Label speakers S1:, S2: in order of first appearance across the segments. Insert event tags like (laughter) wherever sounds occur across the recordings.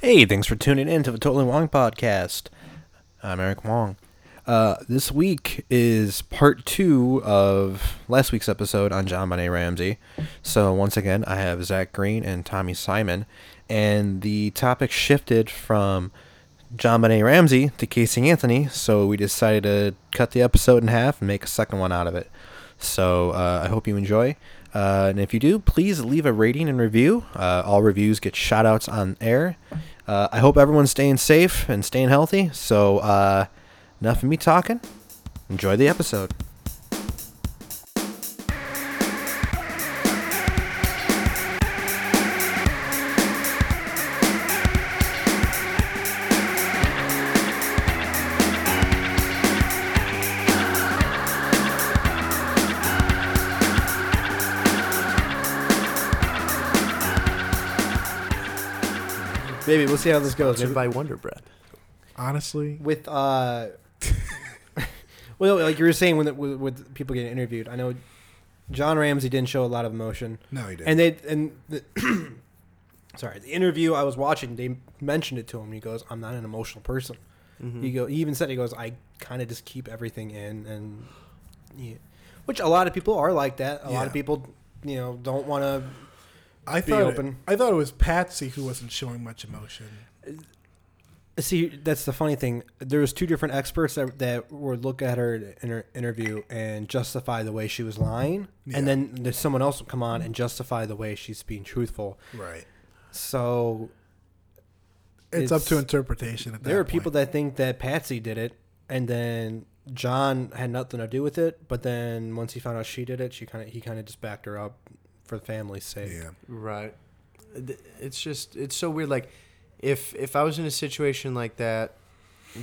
S1: Hey, thanks for tuning in to the Totally Wong podcast. I'm Eric Wong. Uh, this week is part two of last week's episode on John Bonet Ramsey. So, once again, I have Zach Green and Tommy Simon, and the topic shifted from John Bonet Ramsey to Casey Anthony. So, we decided to cut the episode in half and make a second one out of it. So, uh, I hope you enjoy. Uh, and if you do, please leave a rating and review. Uh, all reviews get shout outs on air. Uh, I hope everyone's staying safe and staying healthy. So, uh, enough of me talking. Enjoy the episode. Baby, we'll see how this goes.
S2: Sponsored by Wonder Bread.
S3: Honestly,
S1: With, uh, (laughs) well, like you were saying, when the, with, with people getting interviewed, I know John Ramsey didn't show a lot of emotion.
S3: no, he didn't.
S1: And they, and the, (clears throat) sorry, the interview I was watching, they mentioned it to him. He goes, I'm not an emotional person.
S3: Mm-hmm.
S1: He go. He even said he goes. I kind of just keep everything in, and yeah. which a lot of people are like that. A lot of
S3: Yeah.
S1: people, you know, don't want to.
S3: I
S1: be
S3: thought It,
S1: open.
S3: I thought it was Patsy who wasn't showing much emotion.
S1: See, that's the funny thing. There was two different experts that, that would look at her in her interview and justify the way she was lying,
S3: Yeah.
S1: and then there's someone else would come on and justify the way she's being truthful.
S3: Right.
S1: So
S3: It's, up to
S1: It's-
S3: interpretation. At that
S1: there are
S3: point.
S1: people that think that Patsy did it, and then John had nothing to do with it. But then once he found out she did it, she kind of he kind of just backed her up for the family's sake.
S3: Yeah.
S2: Right. Th- It's just it's so weird. Like, if if I was in a situation like that,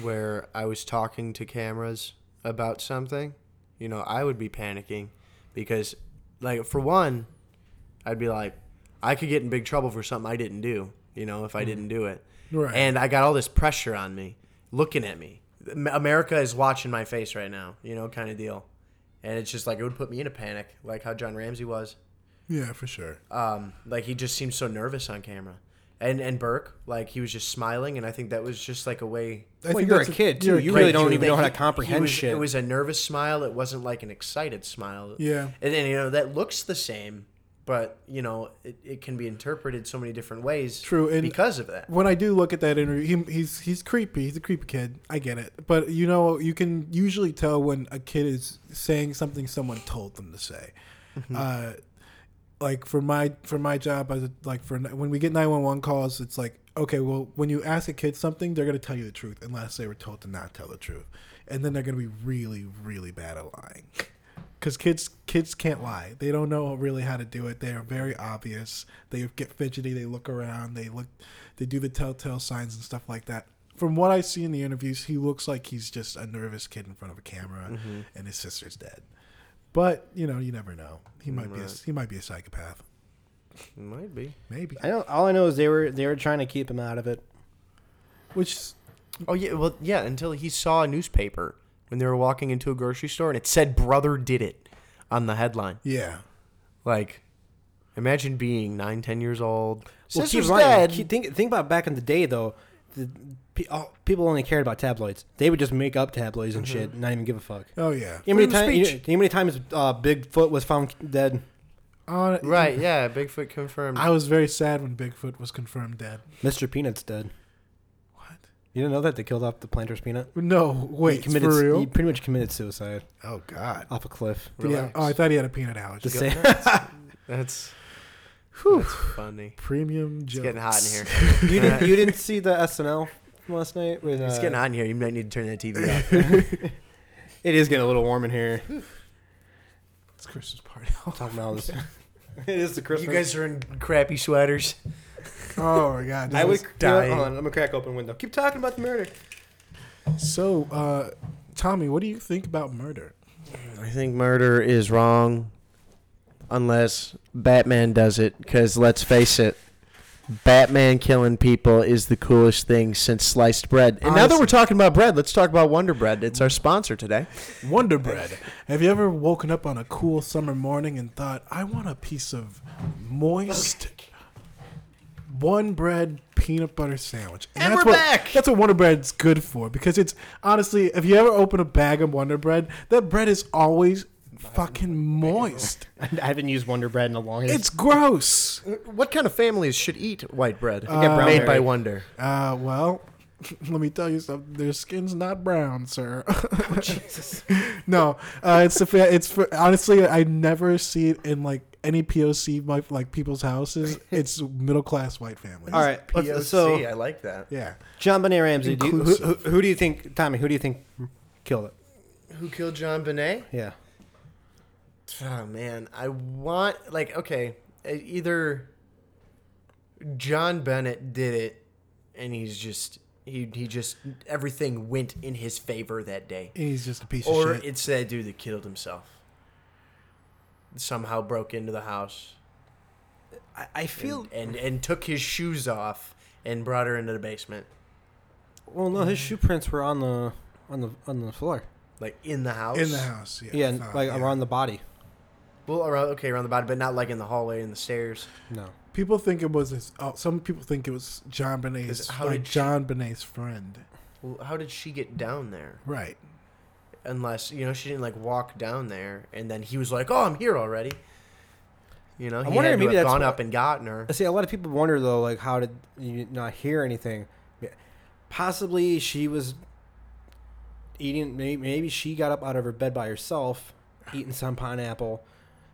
S2: where I was talking to cameras about something, you know, I would be panicking because, like, for one, I'd be like, I could get in big trouble for something I didn't do. You know, if I didn't do it,
S3: Right.
S2: and I got all this pressure on me, looking at me. Am- America is watching my face right now. You know, kind of deal. And it's just like it would put me in a panic, like how John Ramsey was
S3: Yeah, for sure.
S2: um, like he just seemed so nervous on camera. And and Burke, like he was just smiling, and I think that was just like a way.
S3: I
S1: Well,
S3: think
S1: you're a
S3: that's
S1: kid
S3: you're
S1: too.
S3: a
S1: You
S3: kid,
S1: really don't
S3: too.
S1: even know how to
S2: He- he
S1: comprehend
S2: was-
S1: shit.
S2: It was a nervous smile. It wasn't like an excited smile.
S3: Yeah.
S2: And then you know that looks the same, but you know it, it can be interpreted so many different ways.
S3: True, and-
S2: because of that.
S3: When I do look at that interview, he, he's he's creepy. He's a creepy kid. I get it, but you know, you can usually tell when a kid is saying something someone told them to say.
S1: Mm-hmm.
S3: Uh, like for my for my job, I was like for when we get nine one one calls, it's like okay, well, when you ask a kid something, they're gonna tell you the truth unless they were told to not tell the truth, and then they're gonna be really really bad at lying. Because kids, kids can't lie. They don't know really how to do it. They are very obvious. They get fidgety. They look around. They look. They do the telltale signs and stuff like that. From what I see in the interviews, he looks like he's just a nervous kid in front of a camera, and his sister's dead. But you know, you never know. He might be a,
S2: Right.
S3: he might be a psychopath.
S2: Might be.
S3: Maybe.
S1: I don't, all I know is they were they were trying to keep him out of it.
S3: Which is-
S2: Oh yeah. Well yeah. Until he saw a newspaper when they were walking into a grocery store, and it said "Brother did it" on the headline.
S3: yeah,
S2: Like, imagine being nine, ten years old.
S1: Well, keep
S2: Sister's
S1: in mind,
S2: dead.
S1: keep- think think about back in the day though. The, pe- all, people only cared about tabloids. They would just make up tabloids and shit, and not even give a fuck.
S3: oh yeah.
S1: You know how many
S2: Freedom of
S1: times? You know,
S2: speech.
S1: you know how many times uh, Bigfoot was found dead?
S3: Uh,
S2: Right, yeah, Bigfoot confirmed.
S3: I was very sad when Bigfoot was confirmed dead.
S1: Mr. Peanut's dead.
S3: What?
S1: You didn't know that they killed off the Planters Peanut?
S3: No,
S1: he
S3: wait,
S1: committed.
S3: for real?
S1: He pretty much committed suicide
S3: oh God.
S1: off a cliff.
S3: Yeah.
S2: Relax.
S3: Oh, I thought he had a peanut allergy.
S1: The same.
S2: (laughs) That's, that's funny.
S3: Premium
S2: It's
S3: jokes.
S2: getting hot in here.
S1: (laughs) you didn't. You (laughs) didn't see the SNL from last night with. Uh,
S2: It's getting hot in here. You might need to turn that TV off. (laughs)
S1: (laughs) It is getting a little warm in here.
S3: It's Christmas party. (laughs)
S1: Talking about all this. (laughs) it is the Christmas.
S2: You guys are in crappy sweaters.
S3: oh my god.
S1: I would.
S2: dying.
S1: Hold on. I'm gonna crack open a window. Keep talking about the murder.
S3: So, uh, Tommy, what do you think about murder?
S2: I think murder is wrong unless Batman does it, because let's face it, Batman killing people is the coolest thing since sliced bread. And now that
S3: Honestly.
S2: we're talking about bread, let's talk about Wonder Bread. It's our sponsor today.
S3: Wonder Bread. Have you ever woken up on a cool summer morning and thought, "I want a piece of moist one bread peanut butter sandwich.
S2: And
S3: that's
S2: we're
S3: what,
S2: back!
S3: That's what Wonder Bread's good for because it's honestly, if you ever open a bag of Wonder Bread, that bread is always fucking moist.
S1: I haven't used Wonder Bread in a long time.
S3: It's gross.
S2: Uh, What kind of families should eat white bread?
S1: get brown
S2: made by
S1: berry.
S2: Wonder.
S3: Uh, well, (laughs) let me tell you something. Their skin's not brown, sir. (laughs)
S1: (laughs)
S3: no, uh, it's the fa- it's for, honestly I never see it in like any POC my, like people's
S2: (laughs)
S3: houses. It's middle class white families.
S1: All right. let's- so
S2: I like that.
S3: Yeah.
S1: John Bonet Ramsey, do you, who, who,
S4: Inclusive.
S1: who do you think, Tommy? Who do you think killed it?
S2: Who killed John Bonet?
S1: Yeah.
S2: Oh man, I want like okay, e- either John Bennett did it, and he's just he he just everything went in his favor that day,
S3: And he's just a piece
S2: or
S3: of shit.
S2: it's that dude that killed himself. Somehow broke into the house
S1: I, I feel.
S2: and, and and took his shoes off and brought her into the basement,
S1: Well, no, his shoe prints were on the on the on the floor.
S2: like in the house,
S3: in the house. Yeah.
S1: Yeah, and,
S3: fine,
S1: like
S3: yeah.
S1: around the body.
S2: Well, around okay around the body, but not like in the hallway and the stairs.
S1: No.
S3: People think it was his. Oh, some people think it was John Benet's.
S2: Is- how
S3: like
S2: did she-
S3: John Benet's friend.
S2: Well, how did she get down there?
S3: Right.
S2: unless you know she didn't like walk down there and then he was like oh i'm here already you know he
S1: wondering
S2: had to
S1: maybe
S2: have
S1: that's
S2: gone
S1: why-
S2: up and gotten her
S1: I see. A lot of people wonder though, like, how did you not hear anything? Yeah. Possibly she was eating. may- Maybe she got up out of her bed by herself, eating some pineapple.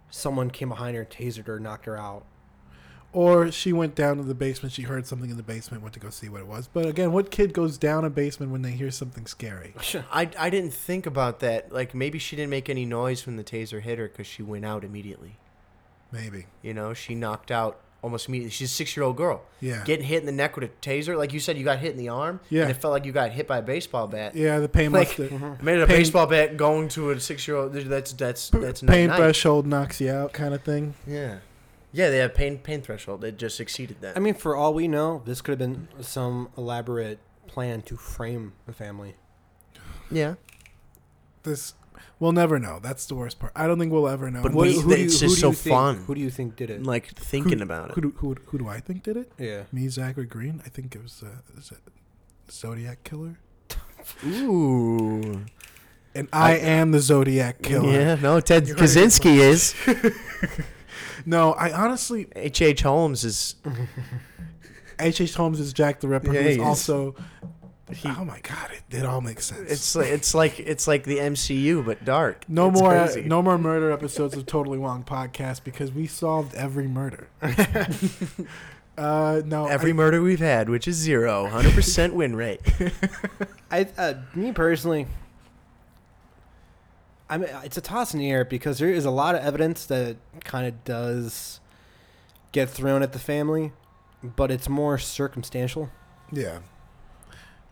S1: Someone came behind her, tasered her, knocked her out.
S3: Or she went down to the basement. She heard something in the basement. Went to go see what it was. But again, what kid goes down a basement when they hear something scary?
S2: I, I didn't think about that like maybe she didn't make any noise when the taser hit her because she went out immediately
S3: Maybe.
S2: you know she knocked out almost immediately she's a six-year-old girl
S3: Yeah.
S2: getting hit in the neck with a taser like you said you got hit in the arm
S3: Yeah.
S2: and it felt like you got hit by a baseball bat
S3: yeah, the pain
S2: like mm-hmm.
S3: must.
S2: made it a
S3: Pain-
S2: baseball bat going to a six-year-old that's that's that's not
S3: pain
S2: nice.
S3: threshold knocks you out, kind of thing.
S2: yeah yeah they have pain pain threshold it just exceeded that
S1: I mean, for all we know, this could have been some elaborate plan to frame the family.
S2: yeah
S3: This we'll never know. That's the worst part. I don't think we'll ever know.
S2: But
S3: What-
S2: we-
S3: who,
S2: It's just so
S1: you think,
S2: fun.
S1: Who do you think did it?
S2: like thinking about it
S3: who, do, who, do- who do I think did it?
S1: Yeah.
S3: Me, Zachary Green. I think it was uh, is it Zodiac killer.
S2: Ooh.
S3: And I, am the Zodiac killer.
S2: Yeah, no, Ted
S3: You heard it here
S2: Kaczynski is.
S3: No, I honestly,
S2: H.H. H. Holmes is.
S3: H. H. Holmes is Jack the Ripper.
S2: Yeah,
S3: who is
S2: he is.
S3: also. oh my God! It, it all makes sense.
S2: It's like it's like it's like the MCU but dark.
S3: no
S2: It's
S3: more uh,
S2: crazy.
S3: no more murder episodes of Totally Wrong podcast because we solved every murder. uh, no,
S2: Every murder we've had, which is zero, 100 percent win rate.
S1: I, uh, me personally, I mean, it's a toss in the air because there is a lot of evidence that kind of does get thrown at the family, but it's more circumstantial.
S3: I- yeah.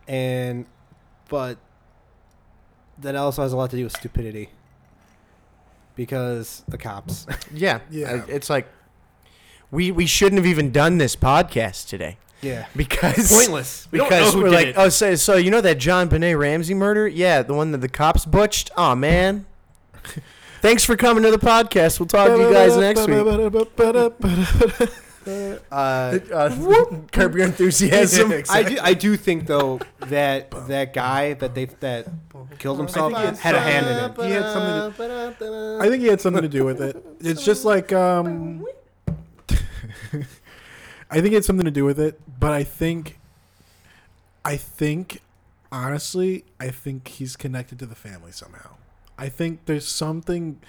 S1: And, but that also has a lot to do with stupidity because the cops. (laughs)
S2: Yeah,
S3: Yeah.
S2: I- It's like we we shouldn't have even done this podcast today
S1: yeah.
S2: because
S1: Pointless.
S2: because we're like, oh, so, so you know that John Benet Ramsey murder? Yeah, the one that the cops butched. Oh
S3: (laughs)
S2: man. Thanks for coming to the podcast. We'll talk to you guys next week. uh, Curb Your (laughs) Enthusiasm.
S1: I do, I do think though that that guy that they that killed himself
S3: I think it's-
S1: had a hand in it.
S3: He had something
S2: to,
S3: I think he had something to do with it. (laughs) It's just like um (laughs) I think it had something to do with it, but I think I think honestly, I think he's connected to the family somehow. I think there's something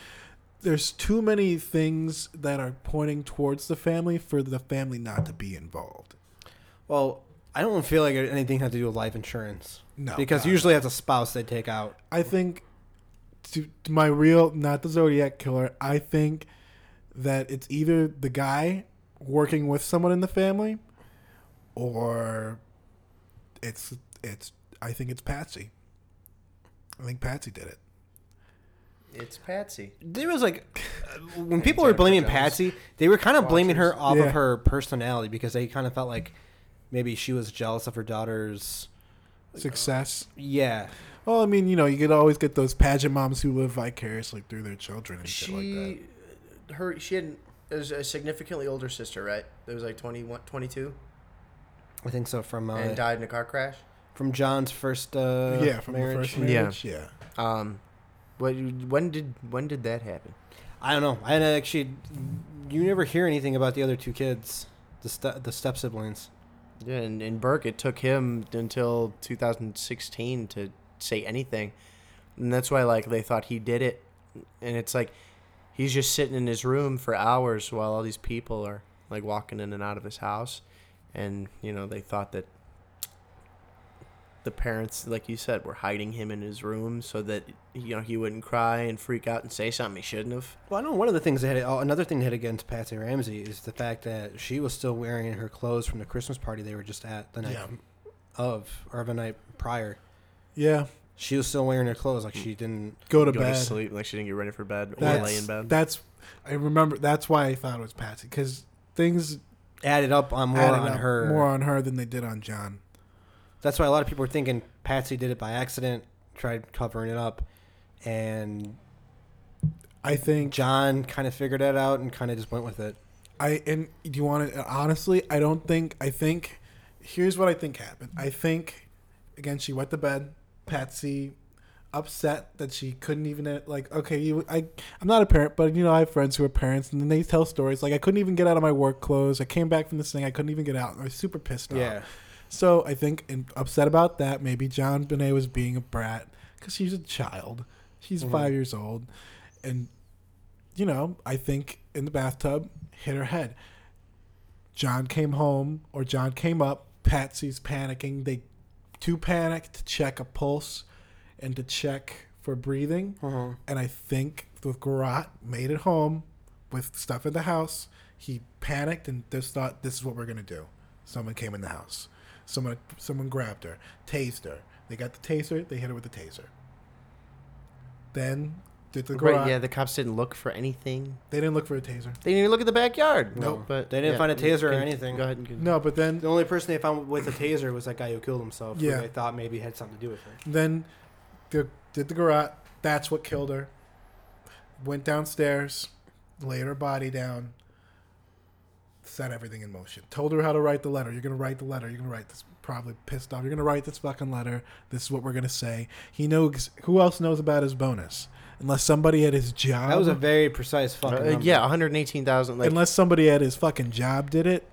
S3: there's too many things that are pointing towards the family for the family not to be involved.
S1: Well, I don't feel like anything had to do with life insurance
S3: No.
S1: because
S3: Oh, God,
S1: usually that's a spouse they take out.
S3: I think to, to my real, not the Zodiac killer. I think that it's either the guy working with someone in the family, or it's it's. I think it's Patsy. I think Patsy did it.
S2: It's Patsy.
S1: There was like uh, when people were blaming
S2: Jones.
S1: Patsy, they were kind of blaming her off
S3: Yeah.
S1: of her personality because they kind of felt like maybe she was jealous of her daughter's.
S2: uh,
S3: Success.
S1: Yeah,
S3: Well, I mean, you know, you could always get those pageant moms who live vicariously through their children and shit like that.
S2: She, her, she had an- there's a significantly older sister, right? That was like 21, 22.
S1: I think so. From uh,
S2: and died in a car crash.
S1: from John's first uh,
S3: yeah, from
S1: marriage.
S3: the first
S2: Yeah.
S3: marriage. Yeah. yeah.
S2: Um, what? When did when did that happen?
S1: I don't know. I had actually. You never hear anything about the other two kids, the ste- the step siblings.
S2: Yeah, and, and Burke, it took him until 2016 to say anything, and that's why like they thought he did it, and it's like he's just sitting in his room for hours while all these people are like walking in and out of his house, and you know they thought that the parents, like you said, were hiding him in his room so that you know he wouldn't cry and freak out and say something he shouldn't have.
S1: Well, I know one of the things that had, oh, another thing that had against Patsy Ramsey is the fact that she was still wearing her clothes from the Christmas party they were just at the night
S3: Yeah.
S1: of, or the night prior.
S3: Yeah.
S1: She was still wearing her clothes, like she didn't.
S3: Go to
S2: Go
S3: bed.
S2: to sleep, like she didn't get ready for bed or lay in
S3: That's,
S2: bed.
S3: that's I remember that's why I thought it was Patsy cuz things
S1: Added up on more
S3: added
S1: on
S3: up
S1: her.
S3: more on her than they did on John.
S1: That's why a lot of people were thinking Patsy did it by accident, tried covering it up, and
S3: I think
S1: John kind of figured that out and kind of just went with it.
S3: I and do you want to honestly? I don't think. I think here's what I think happened. I think again she went to bed. Patsy upset that she couldn't even uh, like okay you I I'm not a parent but you know I have friends who are parents and then they tell stories like I couldn't even get out of my work clothes I came back from this thing I couldn't even get out I was super pissed off so I think and upset about that maybe John Benet was being a brat because she's a child she's
S1: Mhm.
S3: five years old and you know, I think in the bathtub, hit her head. John came home or John came up. Patsy's panicking. They too panic to check a pulse and to check for breathing.
S1: Uh-huh.
S3: And I think the garrot made it home with stuff in the house. He panicked and just thought, this is what we're going to do. Someone came in the house. Someone, someone grabbed her, tased her. They got the taser. They hit her with the taser. Then did the garrot.
S2: Right? Yeah, the cops didn't look for anything.
S3: They didn't look for a taser.
S2: They didn't even look at the backyard.
S1: No.
S2: but
S1: They didn't find a taser or
S2: can-
S1: anything.
S2: Go ahead and
S3: No, but then
S1: The only person they found with a taser was that guy who killed himself.
S3: Yeah.
S1: Who they thought maybe had something to do with it.
S3: then the, did the garage. That's what killed her. Went downstairs, laid her body down, set everything in motion. Told her how to write the letter. You're gonna write the letter. You're gonna write this. Probably pissed off. You're gonna write this fucking letter. This is what we're gonna say. He knows. Who else knows about his bonus? Unless somebody at his job.
S1: That was a very precise fucking.
S2: Uh,
S1: number.
S2: yeah, one hundred eighteen thousand. Like,
S3: unless somebody at his fucking job did it.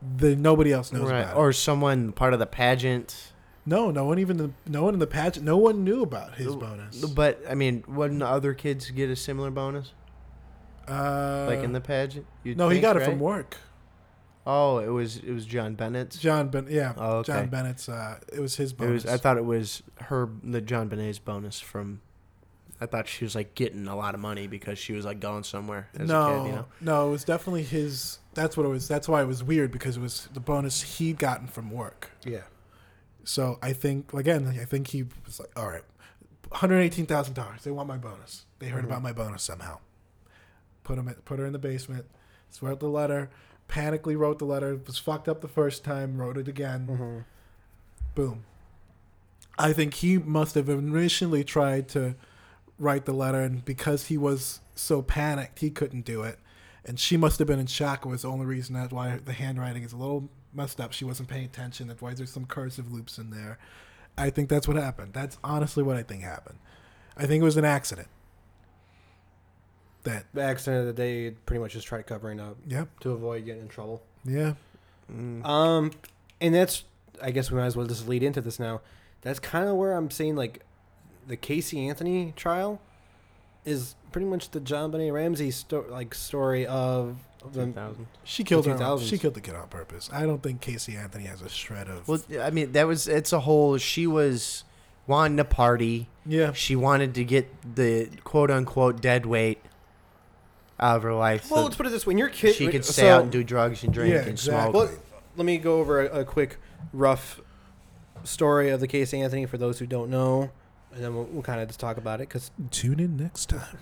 S3: Then nobody else knows
S2: right,
S3: about it.
S2: or someone part of the pageant.
S3: No, no one even the, no one in the pageant. No one knew about his bonus.
S2: But I mean, wouldn't the other kids get a similar bonus,
S3: Uh,
S2: like in the pageant? You'd
S3: no, he
S2: think,
S3: got it
S2: right?
S3: from work.
S2: Oh, it was it was John Bennett's.
S3: John Ben, yeah,
S2: Oh, okay.
S3: John Bennett's. Uh, it was his
S2: It
S3: bonus.
S2: was. I thought it was her, the John Bennett's bonus from. I thought she was like getting a lot of money because she was like going somewhere as
S3: no,
S2: a kid. You know,
S3: no, it was definitely his. That's what it was. That's why it was weird because it was the bonus he'd gotten from work.
S1: Yeah.
S3: So I think again, I think he was like, all right, one hundred eighteen thousand dollars. They want my bonus. They
S2: Mm-hmm.
S3: heard about my bonus somehow. Put him, at, put her in the basement. Wrote the letter. Panically wrote the letter. Was fucked up the first time. Wrote it again. Boom. I think he must have initially tried to write the letter, and because he was so panicked, he couldn't do it. And she must have been in shock. Was the only reason that's why the handwriting is a little messed up. She wasn't paying attention. That's why there's some cursive loops in there. I think that's what happened. That's honestly what I think happened. I think it was an accident. That
S1: The accident of the day, pretty much just tried covering up
S3: yep
S1: to avoid getting in trouble.
S3: yeah
S2: Mm.
S1: Um, and that's I guess we might as well just lead into this now. That's kind of where I'm saying like the Casey Anthony trial is pretty much the John Benet Ramsey sto- like story of the
S2: 2000.
S3: she killed her. on-
S1: 2000s.
S3: She killed the kid on purpose. I don't think Casey Anthony has a shred of
S2: Well, I mean, that was it's a whole. She was wanting to party.
S3: yeah.
S2: She wanted to get the quote unquote dead weight out of her life.
S1: well.
S2: so
S1: Let's put it this way: when your kid,
S2: she could stay
S1: so-
S2: out and do drugs and drink
S3: Yeah,
S2: and
S3: exactly.
S2: smoke.
S1: Well, let me go over a, a quick rough story of the Casey Anthony for those who don't know, and then we'll, we'll kind of just talk about it. Because
S3: Tune in next time.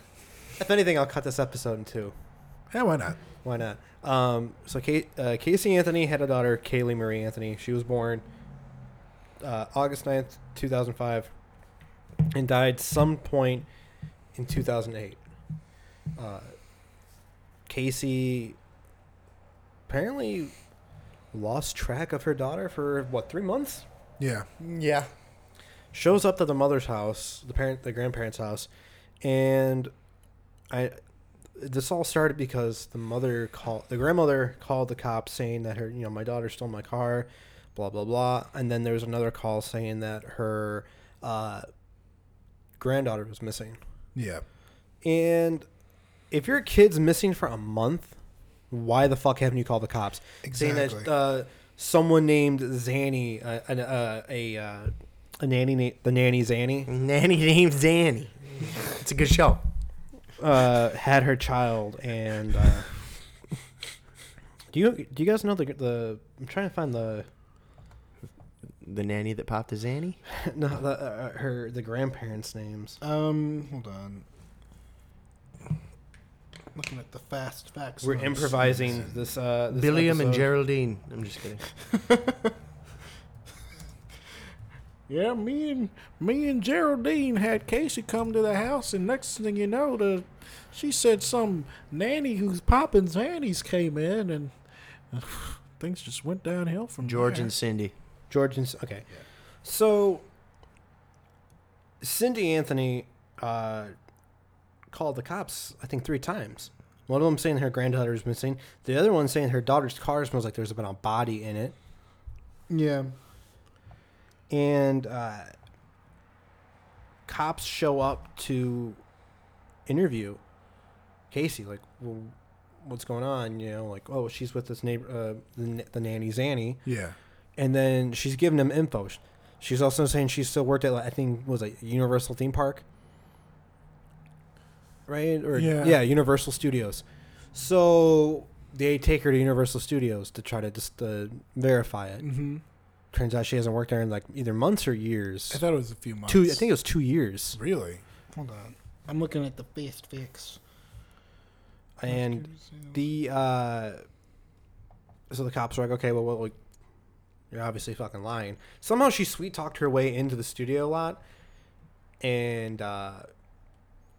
S1: if anything, I'll cut this episode in two.
S3: Yeah, why not?
S1: Why not? Um, so Kate, uh, Casey Anthony had a daughter, Kaylee Marie Anthony. She was born uh, August 9th, 2005, and died some point in 2008. Uh, Casey apparently lost track of her daughter for what three months.
S3: Yeah.
S2: Yeah.
S1: Shows up to the mother's house, the parent, the grandparents' house, and I. This all started because the mother called the grandmother called the cops saying that her you know my daughter stole my car, blah blah blah, and then there was another call saying that her uh, granddaughter was missing.
S3: Yeah.
S1: And if your kid's missing for a month, why the fuck haven't you called the cops? Saying that
S3: Exactly.
S1: uh, someone named Zanny, uh, an- uh, a uh, a nanny, na- the nanny Zanny,
S2: Nanny named Zanny. It's a good show.
S1: uh, had her child. And uh, do you do you guys know the the? I'm trying to find the (laughs)
S2: The nanny that popped a Zanny.
S1: no the, uh, her the grandparents' names.
S3: Um. Hold on. Looking at the fast facts.
S1: We're
S3: notes.
S1: improvising this. Uh, this
S2: Billiam and
S1: episode.
S2: Geraldine. I'm just kidding.
S3: Yeah, me and me and Geraldine had Casey come to the house, and next thing you know, the she said some nanny who's popping zannies came in, and (sighs) things just went downhill from
S2: George
S3: there.
S2: and Cindy.
S1: George and okay. So Cindy Anthony uh, called the cops, I think, three times. One of them saying her granddaughter's missing. The other one saying her daughter's car smells like there's been a body in it.
S3: yeah,
S1: And uh, cops show up to interview Casey. Like, well, what's going on? You know, like, oh, she's with this neighbor, uh, the, n- the nanny Zanny
S3: yeah,
S1: and then she's giving him info. She's also saying she still worked at like, I think was a Universal theme park, right? Or
S3: Yeah.
S1: Universal Studios. So they take her to Universal Studios to try to just uh, verify it.
S3: hmm
S1: Turns out she hasn't worked there in like either months or years.
S3: I thought it was a few months.
S1: two, I think it was two years.
S3: really. Hold on, I'm looking at the fast facts.
S1: And the uh, so the cops are like, okay, well, well, like, you're obviously fucking lying. Somehow she sweet talked her way into the studio lot, and uh,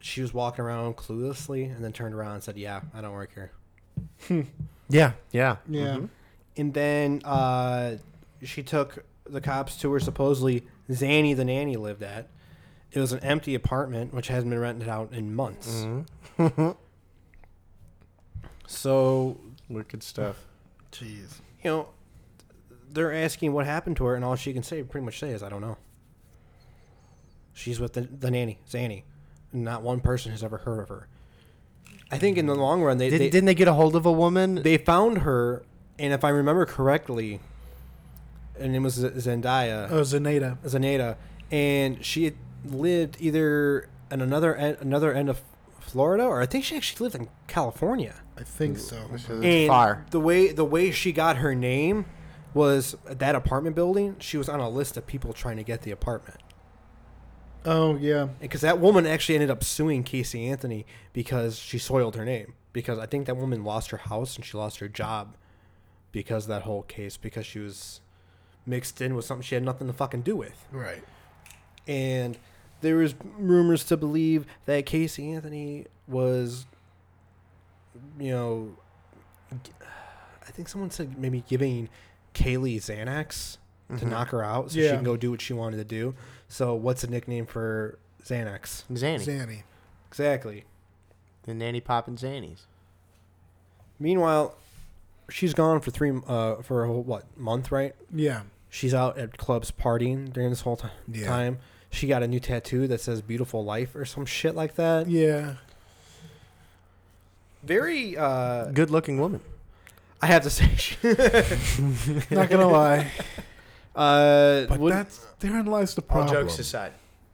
S1: she was walking around cluelessly, and then turned around and said, "Yeah, I don't work here."
S2: Yeah. Yeah.
S3: yeah,
S1: Mm-hmm. And then uh, she took the cops to where supposedly Zanny the nanny lived at. It was an empty apartment which hasn't been rented out in months. (laughs) so
S2: Wicked stuff.
S3: jeez,
S1: you know, they're asking what happened to her, and all she can say, pretty much say, is, I don't know. She's with the, the nanny, Zanny. Not one person has ever heard of her. I think in the long run, they,
S2: Did,
S1: they,
S2: didn't they get a hold of a woman?
S1: they found her, and if I remember correctly, and it was Z- Zendaya,
S3: oh Zaneta.
S1: Zaneta, and she had lived either in another end, another end of Florida, or I think she actually lived in California.
S3: I think so.
S2: It's far.
S1: The way the way she got her name was at that apartment building. She was on a list of people trying to get the apartment
S3: Oh yeah,
S1: because that woman actually ended up suing Casey Anthony because she soiled her name because I think that woman lost her house and she lost her job because of that whole case because she was mixed in with something she had nothing to fucking do with
S3: right.
S1: and there was rumors to believe that Casey Anthony was, you know, g- I think someone said maybe giving Kaylee Xanax to
S2: Mm-hmm.
S1: knock her out so she
S3: Yeah.
S1: can go do what she wanted to do. So what's the nickname for Xanax?
S2: Zanny.
S3: Zanny.
S1: Exactly.
S2: the nanny popping Zannies.
S1: Meanwhile, she's gone for three uh, for a whole, what month, right?
S3: Yeah,
S1: She's out at clubs partying during this whole ti-
S3: Yeah.
S1: time. She got a new tattoo that says "Beautiful Life" or some shit like that.
S3: yeah.
S1: Very uh,
S2: Good looking woman.
S1: I have to say, (laughs) she-
S3: Not gonna lie,
S1: uh,
S3: but
S1: would-
S3: that's therein lies the problem.
S2: aside.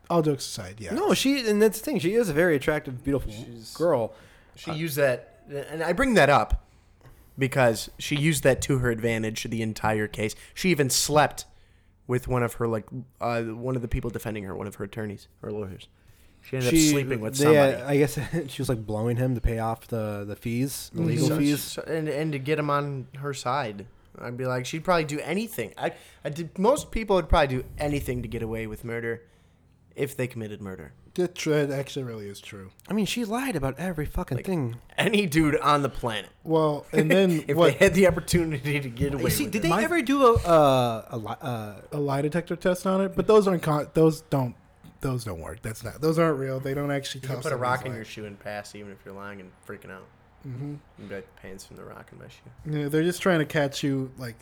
S3: All jokes aside, yeah.
S1: no, she and that's the thing. She is a very attractive, beautiful
S2: She's-
S1: girl. Uh,
S2: She used that, and I bring that up because she used that to her advantage the entire case. She even slept with one of her like uh, one of the people defending her, one of her attorneys or lawyers. She ended
S1: She-
S2: up sleeping with
S1: they,
S2: somebody.
S1: uh, I guess (laughs) she was like blowing him to pay off the the fees,
S3: Mm-hmm.
S1: the legal
S2: So-
S1: fees.
S2: so- and and to get him on her side. I'd be like, she'd probably do anything. I, I did, most people would probably do anything to get away with murder, if they committed murder.
S3: That tread actually really is true.
S4: I mean, she lied about every fucking
S2: Like,
S4: thing.
S2: Any dude on the planet,
S3: Well,
S1: (laughs)
S3: and then
S2: if
S3: what?
S2: they had the opportunity to get away
S1: See,
S2: with
S1: did
S2: it.
S1: they
S3: My-
S1: ever do a uh, a li- uh,
S3: a lie detector test on it, but those aren't con- those don't those don't work. That's not those aren't real. They don't actually
S2: You
S3: tell
S2: can put a
S3: someone's
S2: rock in
S3: lie.
S2: your shoe and pass, even if you're lying and freaking out. Mm-hmm. You'd be like, the pain's from the rock in my shoe.
S3: You know, they're just trying to catch you. Like,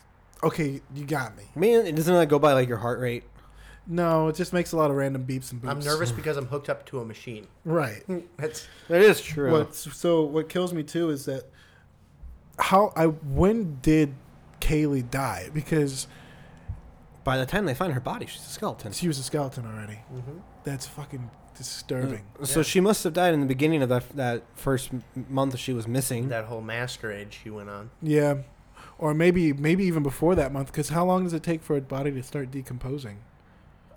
S3: okay, you got me.
S1: I mean, doesn't that go by like your heart rate?
S3: No, it just makes a lot of random beeps and boops.
S2: I'm nervous because I'm hooked up to a machine.
S3: Right.
S2: That's
S1: That is true.
S3: What? So what kills me too is that how I when did Kaylee die? Because
S1: By the time they find her body, she's a skeleton.
S3: she was a skeleton already.
S2: Mm-hmm.
S3: That's fucking disturbing.
S1: So she must have died in the beginning of that that first m- month she was missing.
S2: that whole masquerade she went on.
S3: Yeah. Or maybe maybe even before that month, because how long does it take for a body to start decomposing?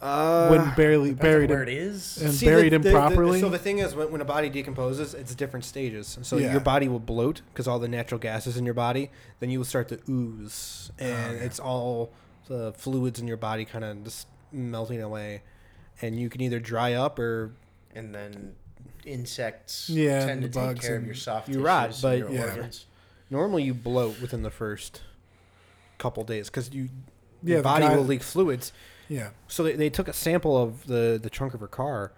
S1: uh,
S3: when barely
S2: Depends on
S3: buried
S2: where
S3: in
S2: it is.
S3: and buried
S1: the, the-
S3: improperly.
S1: The, so the thing is, when, when a body decomposes, it's different stages. So
S3: Yeah.
S1: your body will bloat because all the natural gases in your body. Then you will start to ooze, and
S3: Oh, yeah.
S1: it's all the fluids in your body kind of just melting away. And you can either dry up or
S2: and then insects
S3: Yeah,
S2: tend
S3: and
S2: to
S3: the
S2: take
S3: bugs
S2: care of
S3: and-
S2: your soft
S1: You rot,
S2: tissues
S1: but-
S2: and your
S3: Yeah.
S2: organs.
S1: normally you bloat within the first couple days because you
S3: Yeah,
S1: your
S3: the
S1: body
S3: guy-
S1: will leak fluids.
S3: Yeah.
S1: So they, they took a sample of the the trunk of her car,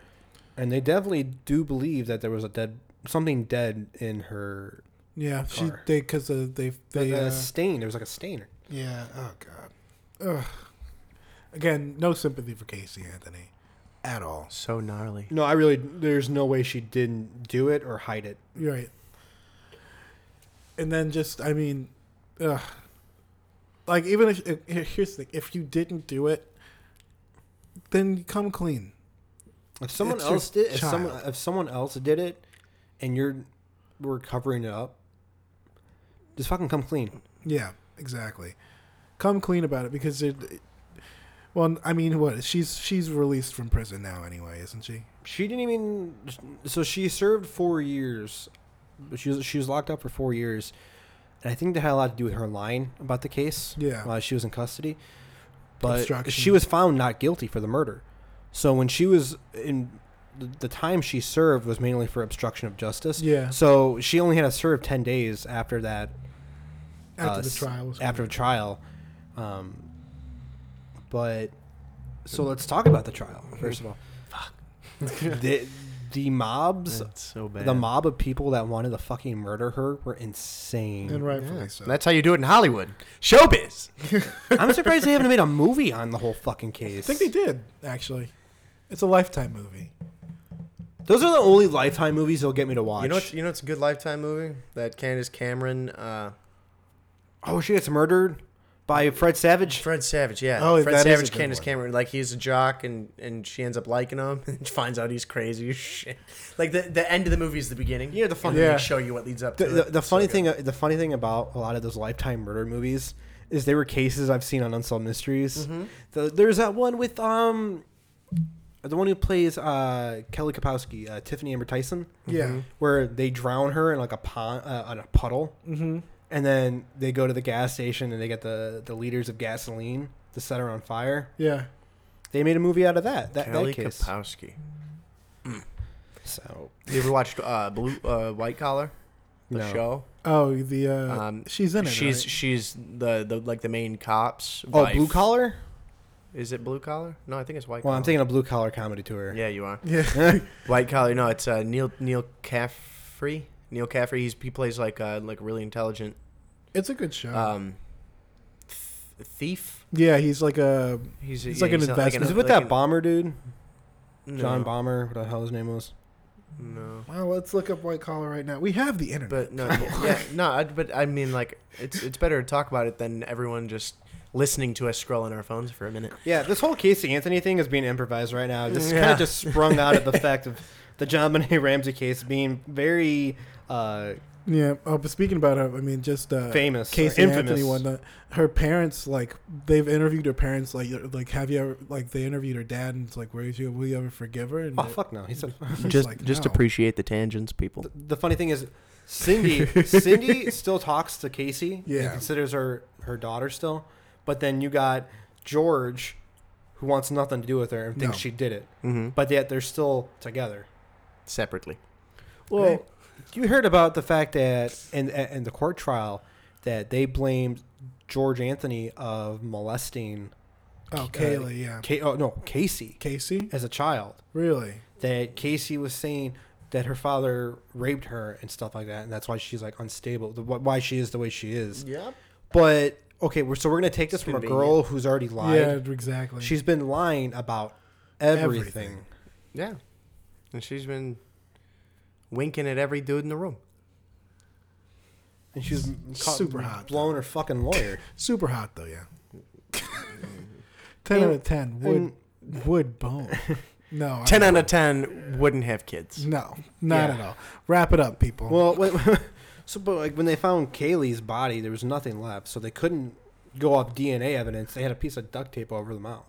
S1: and they definitely do believe that there was a dead something dead in her.
S3: Yeah, she
S1: Car.
S3: they because uh, they they
S1: a
S3: uh,
S1: stain. There was like a stain.
S3: yeah.
S1: uh,
S3: Oh god. Ugh. Again, no sympathy for Casey Anthony, at all.
S2: So gnarly.
S1: No, I really. There's no way she didn't do it or hide it.
S3: You're right. And then just I mean, ugh. like even if uh, here- here's the thing: if you didn't do it, then come clean.
S1: If someone
S3: It's your
S1: else did, if someone
S3: child.
S1: if someone else did it, and you're we're covering it up, just fucking come clean.
S3: Yeah, exactly. Come clean about it because it. it- well, I mean, what she's she's released from prison now anyway, isn't she?
S1: She didn't even. So she served four years. She was she was locked up for four years, and I think that had a lot to do with her lying about the case.
S3: Yeah.
S1: while she was in custody. But
S3: Obstruction.
S1: she was found not guilty for the murder. So when she was in the, the time she served was mainly for obstruction of justice.
S3: Yeah.
S1: So she only had to serve ten days after that.
S3: After
S1: uh,
S3: the
S1: s-
S3: trial was
S1: After the trial, um, but so let's talk about the trial
S3: Mm-hmm.
S1: first of all. Fuck. (laughs) the the
S3: Oh,
S1: mobs,
S2: That's so bad.
S1: the mob of people that wanted to fucking murder her were insane.
S3: and rightfully so.
S2: That's how you do it in Hollywood. Showbiz.
S1: I'm surprised
S3: (laughs)
S1: they haven't made a movie on the whole fucking case.
S3: I think they did actually. It's a lifetime movie.
S1: Those are the only Lifetime movies that'll get me to watch.
S2: You know what's you know what's a good lifetime movie? That Candace Cameron, uh,
S1: oh, she gets murdered by Fred Savage.
S2: Fred Savage, yeah.
S3: Oh,
S2: Fred
S3: that is a
S2: Savage,
S3: good
S2: Candace
S3: one.
S2: Cameron, like he's a jock and and she ends up liking him (laughs) and she finds out he's crazy as shit. Like the the end of the movie is the beginning. You know the fun
S3: Yeah.
S2: they show you what leads up to
S1: The, the,
S2: it.
S1: the
S2: It's so
S1: funny
S2: good.
S1: thing, uh, the funny thing about a lot of those Lifetime murder movies is they were cases I've seen on Unsolved Mysteries.
S2: Mm-hmm.
S1: The, there's that one with um, the one who plays uh Kelly Kapowski, uh, Tiffany Amber Tyson,
S3: Yeah.
S1: where they drown her in like a pond, uh, on a puddle,
S3: Mm-hmm.
S1: and then they go to the gas station and they get the the liters of gasoline to set her on fire.
S3: Yeah.
S1: They made a movie out of that. That,
S2: Kelly
S1: that case.
S2: Kapowski.
S1: So
S2: You ever watched uh, Blue uh, White Collar? The
S1: No.
S2: show.
S3: Oh, the uh,
S2: Um,
S3: she's in it.
S2: she's
S3: right?
S2: she's the, the like the main cops.
S1: Oh,
S2: wife.
S1: blue collar?
S2: Is it blue collar? No, I think it's white.
S1: Well,
S2: collar.
S1: I'm thinking a blue collar comedy tour.
S2: Yeah, you are
S3: yeah.
S2: white collar. No, it's uh, Neil Neil Caffrey. Neil Caffrey. He's he plays like uh, like a really intelligent
S3: it's a good show.
S1: Oh.
S2: um, th- thief.
S3: yeah, he's like a
S2: He's,
S3: He's like an
S2: not
S3: investment.
S1: Is it with
S2: like
S1: that
S2: an-
S1: bomber dude?
S2: no,
S1: John Bomber, what the hell his name was?
S2: No,
S3: well. Let's look up white collar right now. We have the internet.
S2: but no, yeah, yeah, no. I, but I mean, like, it's it's better to talk about it than everyone just listening to us scrolling our phones for a (laughs) minute.
S1: Yeah, this whole Casey Anthony thing is being improvised right now. This kind
S2: Yeah.
S1: of just sprung out
S3: (laughs)
S1: of the fact of the John Benet (laughs) Ramsey case being very uh,
S3: yeah. Oh, but speaking about her, I mean, just uh,
S1: famous,
S3: Casey
S1: or infamous.
S3: Anthony one. night, Her parents, like, they've interviewed her parents. Like, like, have you ever? Like, they interviewed her dad, and it's like, where is you? Will you ever forgive her? And
S1: Oh fuck no! He
S3: (laughs)
S1: said. (laughs)
S3: he's like, no.
S2: appreciate the tangents, people.
S1: The funny thing is,
S3: (laughs)
S1: Cindy, Cindy still talks to Casey. and
S3: Yeah.
S1: considers her her daughter still. But then you got George, who wants nothing to do with her and thinks
S3: No.
S1: she did it,
S2: Mm-hmm.
S1: but yet they're still together.
S2: Separately.
S1: Well,
S3: Right.
S1: you heard about the fact that in in the court trial that they blamed George Anthony of molesting
S3: Oh, Kaylee, yeah.
S1: Ca- oh, no Casey
S3: Casey?
S1: as a child.
S3: Really?
S1: That Casey was saying that her father raped her and stuff like that, and that's why she's like unstable. The, why she is the way she is.
S2: Yep.
S1: But okay, we're, so we're gonna take this from a
S2: Convenient.
S1: girl who's already lied.
S3: Yeah, exactly.
S1: She's been lying about everything.
S3: Everything.
S2: Yeah. And she's been winking at every dude in the room.
S1: And she's caught,
S3: super hot,
S1: blown her fucking lawyer.
S3: super hot though, yeah. ten out of ten. Wood wood bone. No. I
S2: 10
S3: don't-
S2: out of 10 wouldn't have kids.
S3: No, not
S1: Yeah.
S3: at all. Wrap it up, people.
S1: Well, (laughs) when, so but like when they found Kaylee's body, there was nothing left, so they couldn't go off DNA evidence. They had a piece of duct tape over the mouth.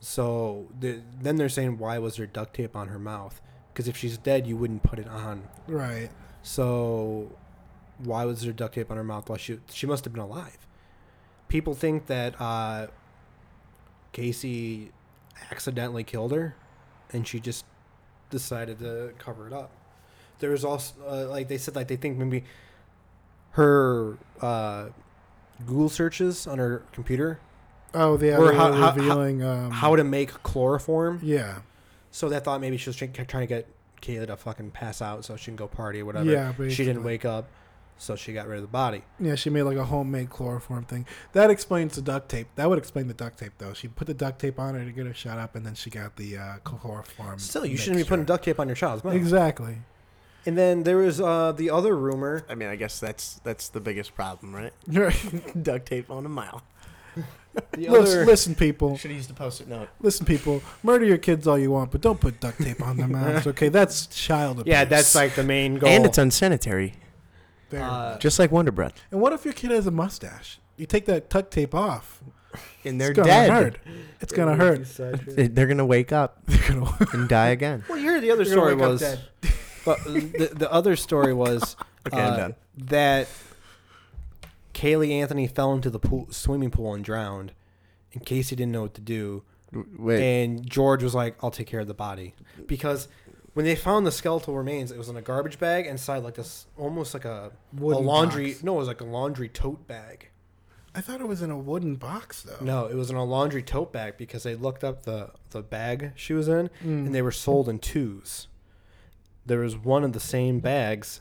S1: So the then they're saying, why was there duct tape on her mouth? Because if she's dead, you wouldn't put it on.
S3: right.
S1: So why was there duct tape on her mouth while she she must have been alive? People think that uh, Casey accidentally killed her, and she just decided to cover it up. There was also uh, like they said like they think maybe her uh, Google searches on her computer
S3: Oh, yeah.
S1: Or
S3: They
S1: how-
S3: were
S1: how-
S3: revealing. um,
S1: how to make chloroform.
S3: Yeah.
S1: So they thought maybe she was trying trying to get Kayla to fucking pass out so she can go party or whatever.
S3: Yeah.
S1: She didn't
S3: basically.
S1: wake up, so she got rid of the body.
S3: Yeah, she made like a homemade chloroform thing. That explains the duct tape. That would explain the duct tape, though. She put the duct tape on her to get her shut up, and then she got the uh, chloroform.
S1: Still, you shouldn't be putting duct tape on your child's mouth.
S3: Exactly. (laughs)
S1: And then there was uh, the other rumor.
S2: I mean, I guess that's that's the biggest problem, right? (laughs)
S3: listen,
S2: Duct tape on a mouth.
S1: The other,
S3: listen, people.
S2: Should have used the post-it note.
S3: Listen, people. Murder your kids all you want, but don't put duct tape on
S1: (laughs)
S3: their mouths. Okay, that's child abuse.
S1: yeah, that's like the main goal.
S2: And it's unsanitary,
S3: There.
S1: uh,
S2: just like Wonder Bread.
S3: and what if your kid has a mustache? You take that duct tape off.
S2: And they're
S3: it's gonna
S2: dead.
S3: hurt. It's gonna hurt.
S1: (laughs)
S2: They- (laughs) They're gonna wake up
S3: They're gonna-
S2: and die again.
S1: Well, you heard the other
S3: You're
S1: story
S3: gonna wake up
S1: was,
S3: dead.
S1: but the, the other story was
S2: (laughs) Okay, I'm
S1: uh,
S2: done.
S1: that Kaylee Anthony fell into the pool, swimming pool and drowned, and Casey didn't know what to do,
S2: Wait,
S1: and George was like, "I'll take care of the body," because when they found the skeletal remains, it was in a garbage bag inside like this, almost like a, a
S3: Wooden
S1: laundry.
S3: box.
S1: No, it was like a laundry tote bag.
S3: I thought it was in a wooden box though.
S1: No, it was in a laundry tote bag because they looked up the, the bag she was in
S3: Mm.
S1: and they were sold in twos. There was one of the same bags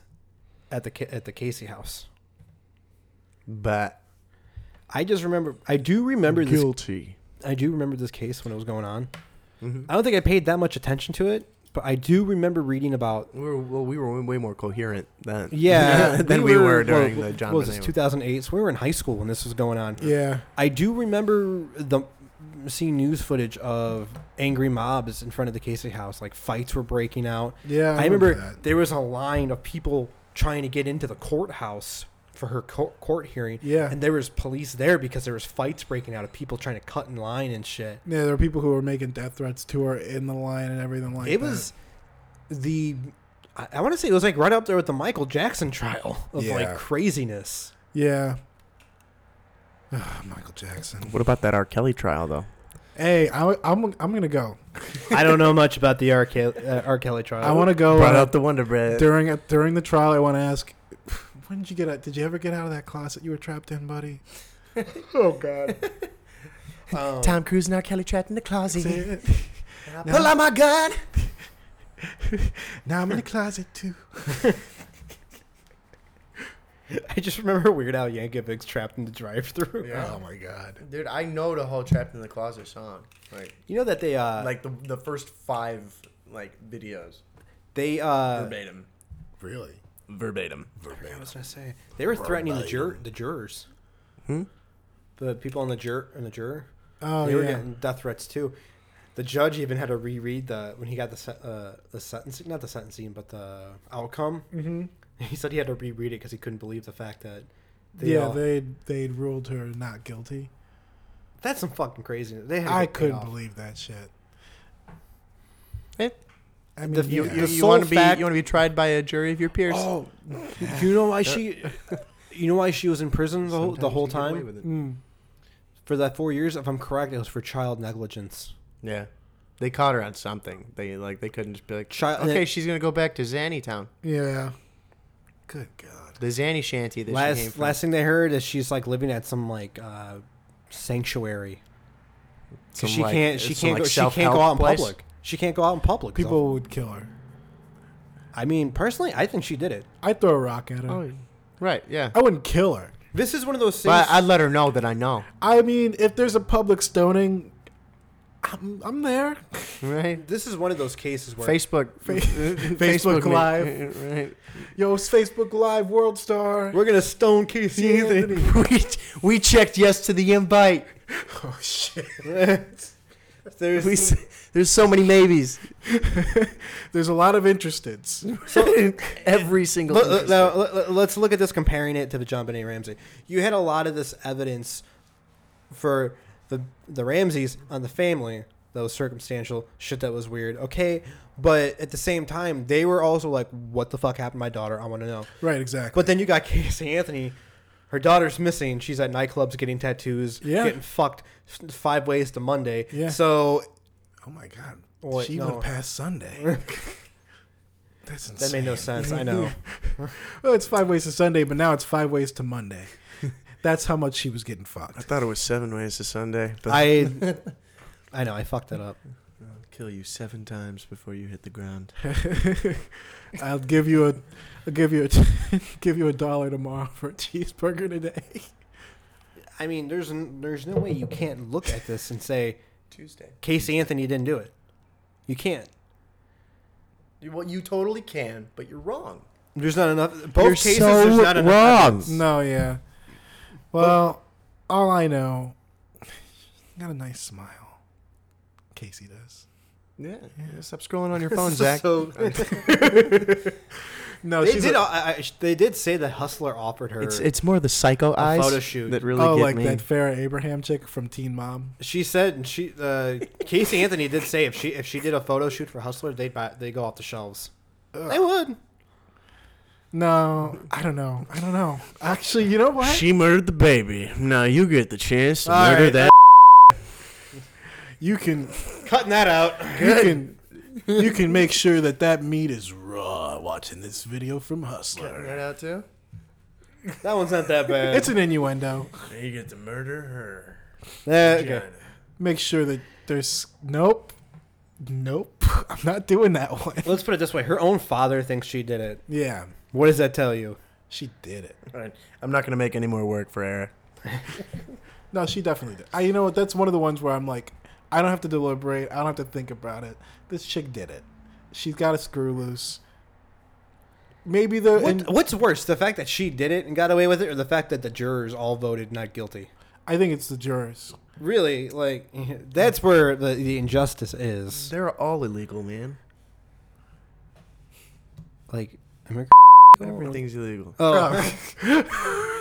S1: at the Ca- at the Casey house.
S2: but
S1: I just remember I do remember this
S2: guilty.
S1: I do remember this case when it was going on.
S2: Mm-hmm.
S1: I don't think I paid that much attention to it, but I do remember reading about
S2: We were well, we were way more coherent (laughs) then.
S1: yeah,
S2: than we, were, during
S1: well,
S2: the John.
S1: What was this
S2: Bonet
S1: 2008? So we were in high school when this was going on.
S3: Yeah.
S1: I do remember the seeing news footage of angry mobs in front of the Casey house. Like fights were breaking out.
S3: Yeah.
S1: I remember
S3: that.
S1: there was a line of people trying to get into the courthouse for her co- court hearing,
S3: Yeah.
S1: and there was police there because there was fights breaking out of people trying to cut in line and shit.
S3: Yeah, there were people who were making death threats to her in the line and everything like
S1: it
S3: that.
S1: was the I, I want to say it was like right up there with the Michael Jackson trial of
S3: Yeah.
S1: like craziness.
S3: Yeah. Ugh, (sighs) Michael Jackson.
S2: What about that R. Kelly trial though?
S3: Hey, I, I'm I'm gonna go.
S1: I don't know much about the R. Kelly, uh, R. Kelly trial.
S3: I want to go
S2: Brought
S3: uh,
S2: up the Wonder Bread.
S3: during during the trial. I want to ask, when did you get out? Did you ever get out of that closet you were trapped in, buddy? (laughs)
S1: (laughs)
S3: oh God.
S2: Tom Cruise and R. Kelly trapped in the closet.
S3: Say it.
S2: Oh. Pull out my gun.
S3: now I'm in the closet too.
S1: I just remember (laughs) Weird Al Yankovic's trapped in the drive-through.
S3: Oh my God.
S2: Dude, I know the whole "Trapped in the Closet" song, like
S1: (laughs) You know that they uh
S2: like the the first five like videos
S1: they uh
S2: verbatim,
S3: Really?
S2: verbatim.
S1: I was gonna say they were threatening the jur the jurors.
S2: Hmm?
S1: The people on the jur on the juror.
S3: Oh
S1: they
S3: yeah.
S1: were getting death threats too. The judge even had to reread the when he got the se- uh, the sentencing, not the sentencing, but the outcome.
S3: mm-hmm.
S1: (laughs) He said he had to reread it because he couldn't believe the fact that they
S3: Yeah,
S1: all-
S3: they they ruled her not guilty.
S1: that's some fucking craziness. They had to
S3: I
S1: get paid
S3: couldn't
S1: off.
S3: believe that shit.
S2: Eh.
S3: I mean,
S1: The-
S2: You,
S3: yeah.
S2: you,
S1: The
S2: you
S1: sole
S2: want to be
S1: fact-
S2: you want to be tried by a jury of your peers.
S1: Oh, (laughs) you know why she, you know why she was in prison the whole, the whole time
S3: Mm.
S1: for that four years, if I'm correct, it was for child negligence.
S2: Yeah. They caught her on something. They like they couldn't just be like,
S1: Child-
S2: okay, she's gonna go back to Zanny Town,
S3: Yeah. Good God.
S2: the Zanny shanty that she came
S1: last
S2: from.
S1: last thing they heard is she's like living at some like uh, sanctuary. 'Cause
S2: Some,
S1: she
S2: like-
S1: can't she
S2: some,
S1: can't
S2: like,
S1: go, she can't
S2: self-help
S1: go out in
S2: place.
S1: public. She can't go out in public. 'cause
S3: People would kill her.
S1: of- I mean, personally, I think she did it.
S3: I'd throw a rock at her.
S2: Oh, right, yeah.
S3: I wouldn't kill her.
S1: Oh, This is one of those things.
S2: But I'd let her know that I know,
S3: I mean, if there's a public stoning, I'm, I'm there.
S2: right?
S1: this is one of those cases where (laughs)
S2: Facebook,
S3: Facebook
S2: me-
S3: Live.
S2: (laughs) right?
S3: Yo, it's Facebook Live World Star.
S1: we're gonna stone Casey Anthony.
S2: (laughs) we, we checked yes to
S1: (laughs)
S2: the invite.
S3: Oh shit.
S1: There's
S2: (laughs) We, s- there's so many maybes.
S3: There's a lot of interesteds.
S2: Every single.
S1: Let- let- now, let- let- let's look at this comparing it to the John Benet Ramsey. You had a lot of this evidence for the the Ramses on the family that was circumstantial shit that was weird. Okay, but at the same time, they were also like, "What the fuck happened to my daughter? I want to know."
S3: Right, exactly.
S1: But then you got (laughs) Casey Anthony. Her daughter's missing. She's at nightclubs getting tattoos,
S3: Yeah.
S1: getting fucked f- five ways to Monday.
S3: Yeah.
S1: So
S3: oh my God.
S1: Wait,
S3: she
S1: no.
S3: went past
S1: (laughs)
S3: Sunday. That's insane.
S1: that made no sense.
S3: (laughs)
S1: I know.
S3: Well, it's five ways to Sunday, but now it's five ways to Monday. (laughs) That's how much she was
S1: (laughs)
S3: getting fucked.
S2: thought it was seven ways to Sunday, but
S1: I
S3: (laughs)
S1: I know. I fucked that up.
S2: kill you seven times before you hit the ground.
S3: I'll give you a, I'll give you a, (laughs) give you a dollar tomorrow for a cheeseburger today.
S1: I mean, there's n- there's no way you can't look at this and say
S2: Tuesday.
S1: Casey Anthony didn't do it. You can't.
S2: You, well, you totally can, but you're wrong.
S1: There's not enough. Both
S2: You're
S1: cases,
S2: so
S1: there's not enough.
S2: wrong.
S1: evidence.
S3: No, yeah. Well, all I know, (sighs) you got a nice smile. Casey does.
S2: Yeah. Stop scrolling (laughs) on your phone, Zach.
S1: So
S3: No,
S1: they
S3: she's
S1: did.
S3: a-
S1: I I- they did say that Hustler offered her.
S2: it's it's more the psycho eyes
S1: photo shoot.
S2: that really
S3: oh,
S2: get
S3: like
S2: me.
S3: that Farrah Abraham chick from Teen Mom.
S1: she said and she uh, Casey Anthony did say if she if she did a photo shoot for Hustler, they'd buy, they go off the shelves. They would.
S3: No, I don't know. I don't know. Actually, you know what?
S2: She murdered the baby. Now you get the chance to
S1: All
S2: murder
S1: right,
S2: that.
S3: you can
S1: Cutting that out.
S3: you can you can make sure that that meat is raw watching this video from Hustler.
S2: out too.
S1: That one's not that bad.
S3: It's an innuendo.
S2: Now you get to murder her.
S1: Yeah, Eh, okay.
S3: Make sure that there's nope. Nope. (laughs) I'm not doing that one.
S1: Let's put it this way: her own father thinks she did it.
S3: Yeah.
S1: What does that tell you?
S3: She did it.
S2: I'm not gonna make any more work for Eric.
S3: No, she definitely did. I, you know what? That's one of the ones where I'm like, I don't have to deliberate. I don't have to think about it. This chick did it. She's got a screw loose. Maybe the
S1: What,
S3: and
S1: what's worse, the fact that she did it and got away with it, or the fact that the jurors all voted not guilty?
S3: I think it's the jurors.
S1: Really, like (laughs) that's where the, the injustice is.
S2: They're all illegal, man.
S1: Like, (laughs) America.
S2: Everything's illegal.
S1: Oh,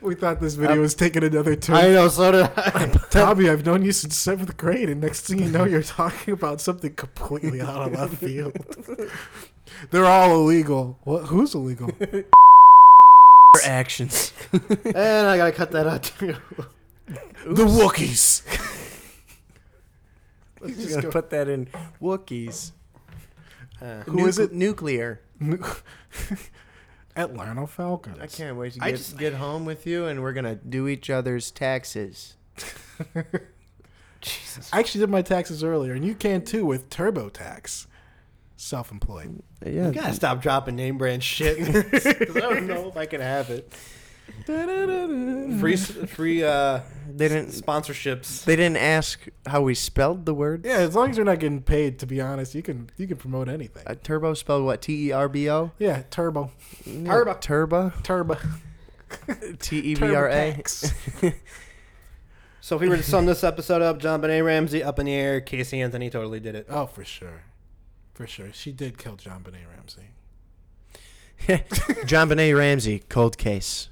S3: We thought this video was taking another
S1: (laughs)
S3: turn.
S1: I know. So did I.
S3: Tommy, I've known you since seventh grade, and next thing you know, you're talking about something completely out of
S1: (laughs)
S3: left field. They're all illegal. What? Who's illegal? (laughs)
S2: Her (laughs) actions.
S1: (laughs) and I (laughs) gotta cut that out too.
S3: The Wookiees.
S2: Let's
S3: just
S2: just gonna
S3: go-
S2: put that in. Wookiees.
S3: Who
S2: Nuc-
S3: is it?
S2: Uh, Nuclear.
S3: Atlanta Falcons.
S2: I can't wait to
S1: I
S2: get,
S1: just-
S2: get home with you, and we're gonna do each other's taxes.
S1: (laughs) Jesus.
S3: I actually did my taxes earlier, and you can too with TurboTax. Self-employed.
S2: Yeah.
S1: You gotta stop dropping name brand shit. (laughs) 'Cause I don't know if I can have it. Free, s- free uh,
S2: They didn't.
S1: sponsorships.
S2: They didn't ask how we spelled the word.
S3: Yeah, as long as you're not getting paid, to be honest, you can you can promote anything.
S2: Uh, turbo spelled what? T E R B O.
S3: Yeah, turbo,
S1: Turbo.
S2: Turbo.
S3: turbo,
S2: T E V R A.
S3: TurboTax.
S1: So if we were to sum this episode up, John Benet Ramsey up in the air. Casey Anthony totally did it.
S3: Oh, for sure, for sure. She did kill John Benet Ramsey.
S2: (laughs) John Benet Ramsey, cold case.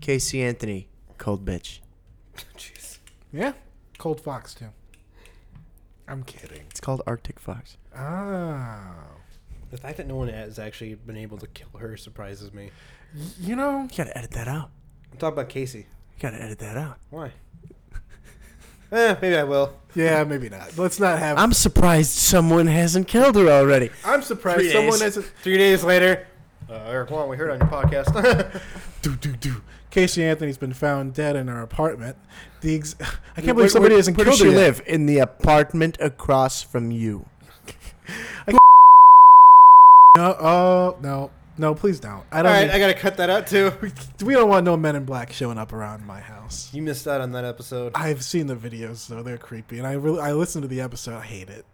S2: Casey Anthony, cold bitch.
S1: Jeez.
S3: Yeah, Cold Fox too. I'm kidding.
S2: It's called Arctic Fox.
S3: Oh,
S1: The fact that no one has actually been able to kill her surprises me.
S3: you know,
S2: You gotta edit that out.
S1: I'm talking about Casey. (laughs)
S2: You gotta edit that out.
S1: Why? Eh, maybe I will.
S3: Yeah, maybe not. Let's not have. I'm,
S2: I'm surprised someone hasn't killed her already.
S3: surprised
S1: Three
S3: someone
S1: days.
S3: hasn't.
S1: Three days later, uh, Eric Wong, we heard on your podcast. (laughs)
S3: Do do do. Casey Anthony's been found dead in her apartment. The ex- (laughs) I can't
S2: Where-
S3: believe somebody
S2: where-
S3: hasn't
S2: where
S3: killed
S2: does
S3: her
S2: she
S3: yet.
S2: live? In the apartment across from you.
S3: No, oh no, no, please don't. I
S1: All
S3: don't.
S1: right,
S3: need-
S1: I gotta cut that out too. (laughs)
S3: we don't want no men in black showing up around my house.
S1: You missed out on that episode.
S3: I've seen the videos though; they're creepy, and I really I listened to the episode. I hate it.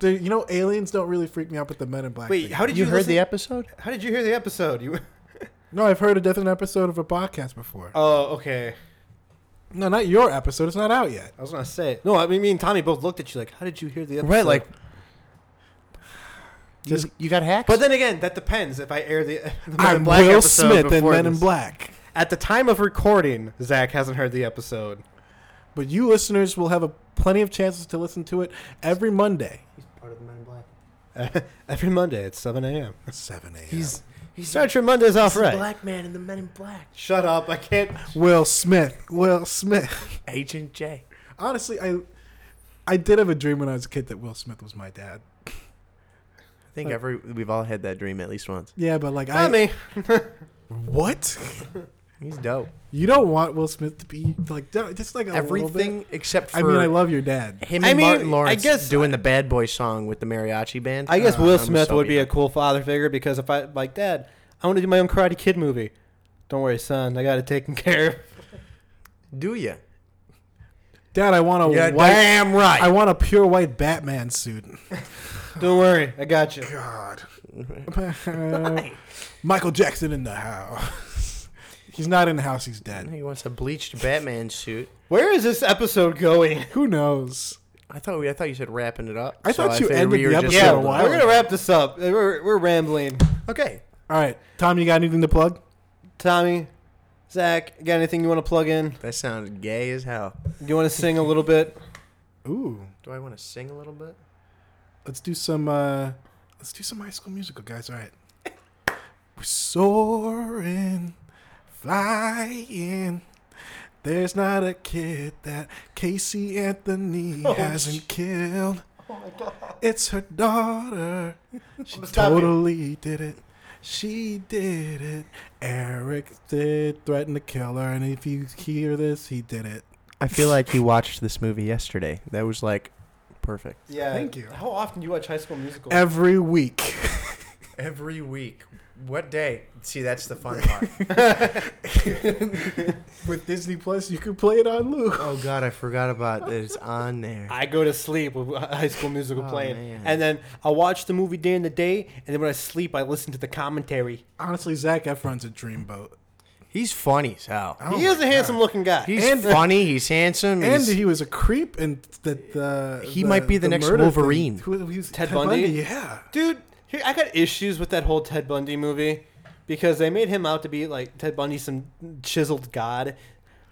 S3: They- you know, aliens don't really freak me out, but the men in black.
S1: Wait,
S3: thing-
S1: how did you,
S2: You heard
S1: listen-
S2: the episode?
S1: How did you hear the episode? You. (laughs)
S3: no, I've heard a different episode of a podcast before.
S1: Oh, okay.
S3: no, not your episode. It's not out yet.
S1: I was gonna say no. I mean, me and Tommy both looked at you like, "How did you hear the episode?"
S2: Right, like you,
S3: Just-
S2: you got hacked.
S1: But then again, that depends. If I air the, (laughs) the Men
S3: I'm
S1: in Black
S3: Will
S1: episode
S3: Smith and
S1: before
S3: Men in
S1: this.
S3: Black.
S1: At the time of recording, Zach hasn't heard the episode. (laughs)
S3: But you listeners will have a, plenty of chances to listen to it every Monday,
S1: He's part of the Men in Black. every Monday at 7 a.m.
S3: seven a.m.
S2: he's he's
S1: Start your Mondays off
S2: the
S1: right.
S2: black man in the Men in Black.
S1: Shut up! I can't.
S3: Will Smith. Will Smith.
S2: Agent J.
S3: Honestly, I I did have a dream when I was a kid that Will Smith was my dad.
S2: I think every we've all had that dream at least once.
S3: Yeah, but like I
S1: Tommy.
S3: what?
S2: He's dope.
S3: You don't want Will Smith to be like don't- just like a little bit.
S2: Everything except for
S3: I mean, I love your dad.
S2: him and
S1: I mean,
S2: Martin
S1: I
S2: Lawrence
S1: guess-
S2: doing the Bad Boy song with the mariachi band.
S1: I guess
S2: Uh,
S1: Will
S2: I'm
S1: Smith
S2: so
S1: would be a
S2: behind.
S1: cool father figure because if I like, Dad, I want to do my own Karate Kid movie. Don't worry, son. I got it taken (laughs) care of.
S2: Do you?
S3: Dad, I want a white.
S2: damn right.
S3: I want a pure white Batman suit.
S1: Don't worry, I got you.
S3: God. (laughs) Michael Jackson in the house. he's not in the house. He's dead.
S2: he wants a bleached Batman suit.
S1: Where is this episode going?
S3: Who knows?
S2: I thought we, I thought you said wrapping it up.
S3: I thought you
S2: figured
S3: ended the
S2: were just
S3: episode
S1: Yeah,
S3: a
S2: holding
S3: while
S2: on.
S1: we're gonna wrap this up. We're, we're rambling.
S2: (laughs) Okay.
S3: All right, Tom, you got anything to plug?
S1: Tommy, Zach, got anything you want to plug in?
S2: That sounded gay as hell.
S1: Do you want to sing a little bit?
S3: Ooh,
S2: Do I want to sing a little bit?
S3: let's do some. uh Let's do some High School Musical, guys. All right. (laughs) We're soaring, flying. There's not a kid that Casey (laughs) Anthony hasn't killed. It's her daughter. (laughs) She
S1: stop you.
S3: totally did it. She did it. Eric did threaten to kill her, and if you hear this, he did it.
S2: I feel like you watched this movie yesterday. That was like perfect.
S1: Yeah.
S3: Thank you.
S1: How often do you watch High School Musical?
S3: Every week.
S2: Every week. What day? See, that's the fun part.
S3: With Disney Plus, you can play it on loop.
S2: (laughs) oh God, I forgot about that. It's on there.
S1: I go to sleep with High School Musical
S2: Oh,
S1: playing,
S2: man.
S1: and then I watch the movie during the day, and then when I sleep, I listen to the commentary.
S3: Honestly, Zach Efron's a dreamboat.
S2: He's funny as hell.
S3: Oh
S1: he is
S3: my
S1: a handsome-looking guy.
S2: He's
S3: And-
S2: funny. He's handsome.
S3: And
S2: he's-
S3: he was a creep, and that the
S2: He might be the next
S3: murder thing.
S2: Wolverine.
S3: Who- he's
S1: Ted Bundy?
S3: Yeah,
S1: Dude, here, I got issues with that whole Ted Bundy movie because they made him out to be like Ted Bundy, some chiseled god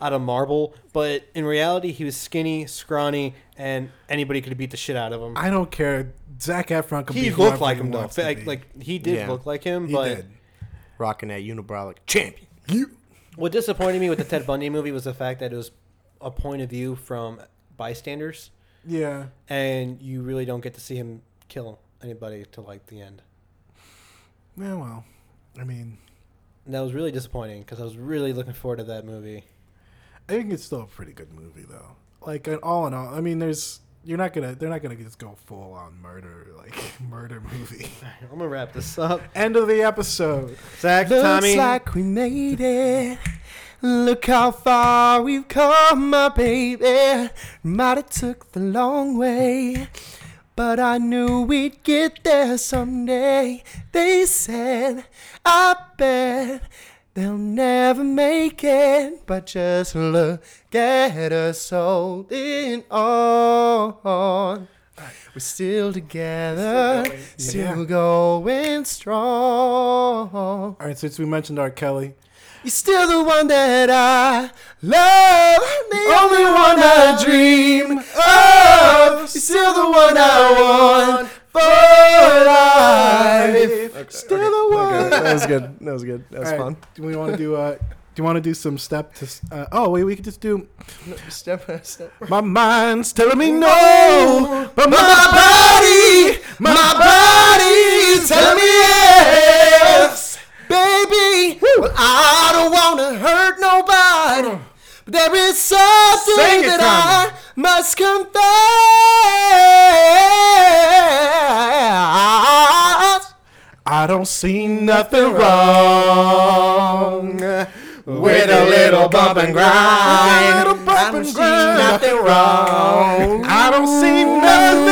S1: out of marble, but in reality, he was skinny, scrawny, and anybody could beat the shit out of him.
S3: I don't care. Zach Efron can
S1: he
S3: be
S1: looked
S3: whoever
S1: like
S3: he
S1: him though.
S3: wants to
S1: Like,
S3: be.
S1: like, he did
S2: Yeah.
S1: look like him,
S3: he
S1: but
S3: did.
S2: rocking that unibrow like champion.
S3: You
S1: what disappointed me with the Ted Bundy movie was the fact that it was a point of view from bystanders,
S3: yeah.
S1: and you really don't get to see him kill anybody till like the end.
S3: Yeah, well, I mean,
S1: And that was really disappointing because I was really looking forward to that movie.
S3: I think it's still a pretty good movie though. Like uh, all in all, I mean, there's you're not gonna they're not gonna just go full on murder like (laughs) murder movie.
S1: I'm gonna wrap this up.
S3: End of the episode.
S1: (laughs) Zach,
S2: Looks
S1: Tommy.
S2: like we made it. Look how far we've come, my baby. Might have took the long way, but I knew we'd get there someday. They said, I bet they'll never make it, but just look at us holding on. We're still together,
S3: Yeah.
S2: still going strong.
S3: All right, since we mentioned R. Kelly,
S2: You're still the one that I love, the only one I dream of. You're still the one I want for life. Still the one. That was good. That was good. That
S3: All right, do we want to do uh, Do you want to do some step to? s- Uh, oh wait, we could just do.
S2: Step by step.
S3: My mind's telling me no, but my body, my body is telling me yes, baby. Well, I don't wanna hurt nobody. but There is something that I must confess. I don't see nothing wrong with a little bump and grind. I don't see nothing wrong. I don't see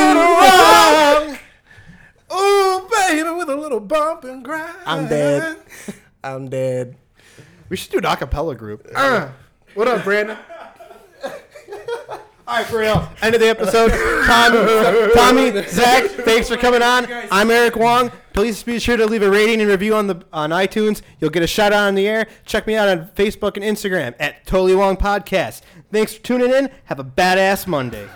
S3: nothing wrong. (laughs) Ooh, baby, with a little bump and grind.
S2: I'm dead. (laughs) I'm dead. We should do an acapella group.
S3: Uh, what
S2: (laughs)
S3: up, Brandon? All right, for real. End of the episode. Tom,
S1: Tommy, Zach, thanks for coming on. I'm Eric Wong. Please be sure to leave a rating and review on the on iTunes. You'll get a shout out on the air. Check me out on Facebook and Instagram at Totally Wong Podcast. Thanks for tuning in. Have a badass Monday.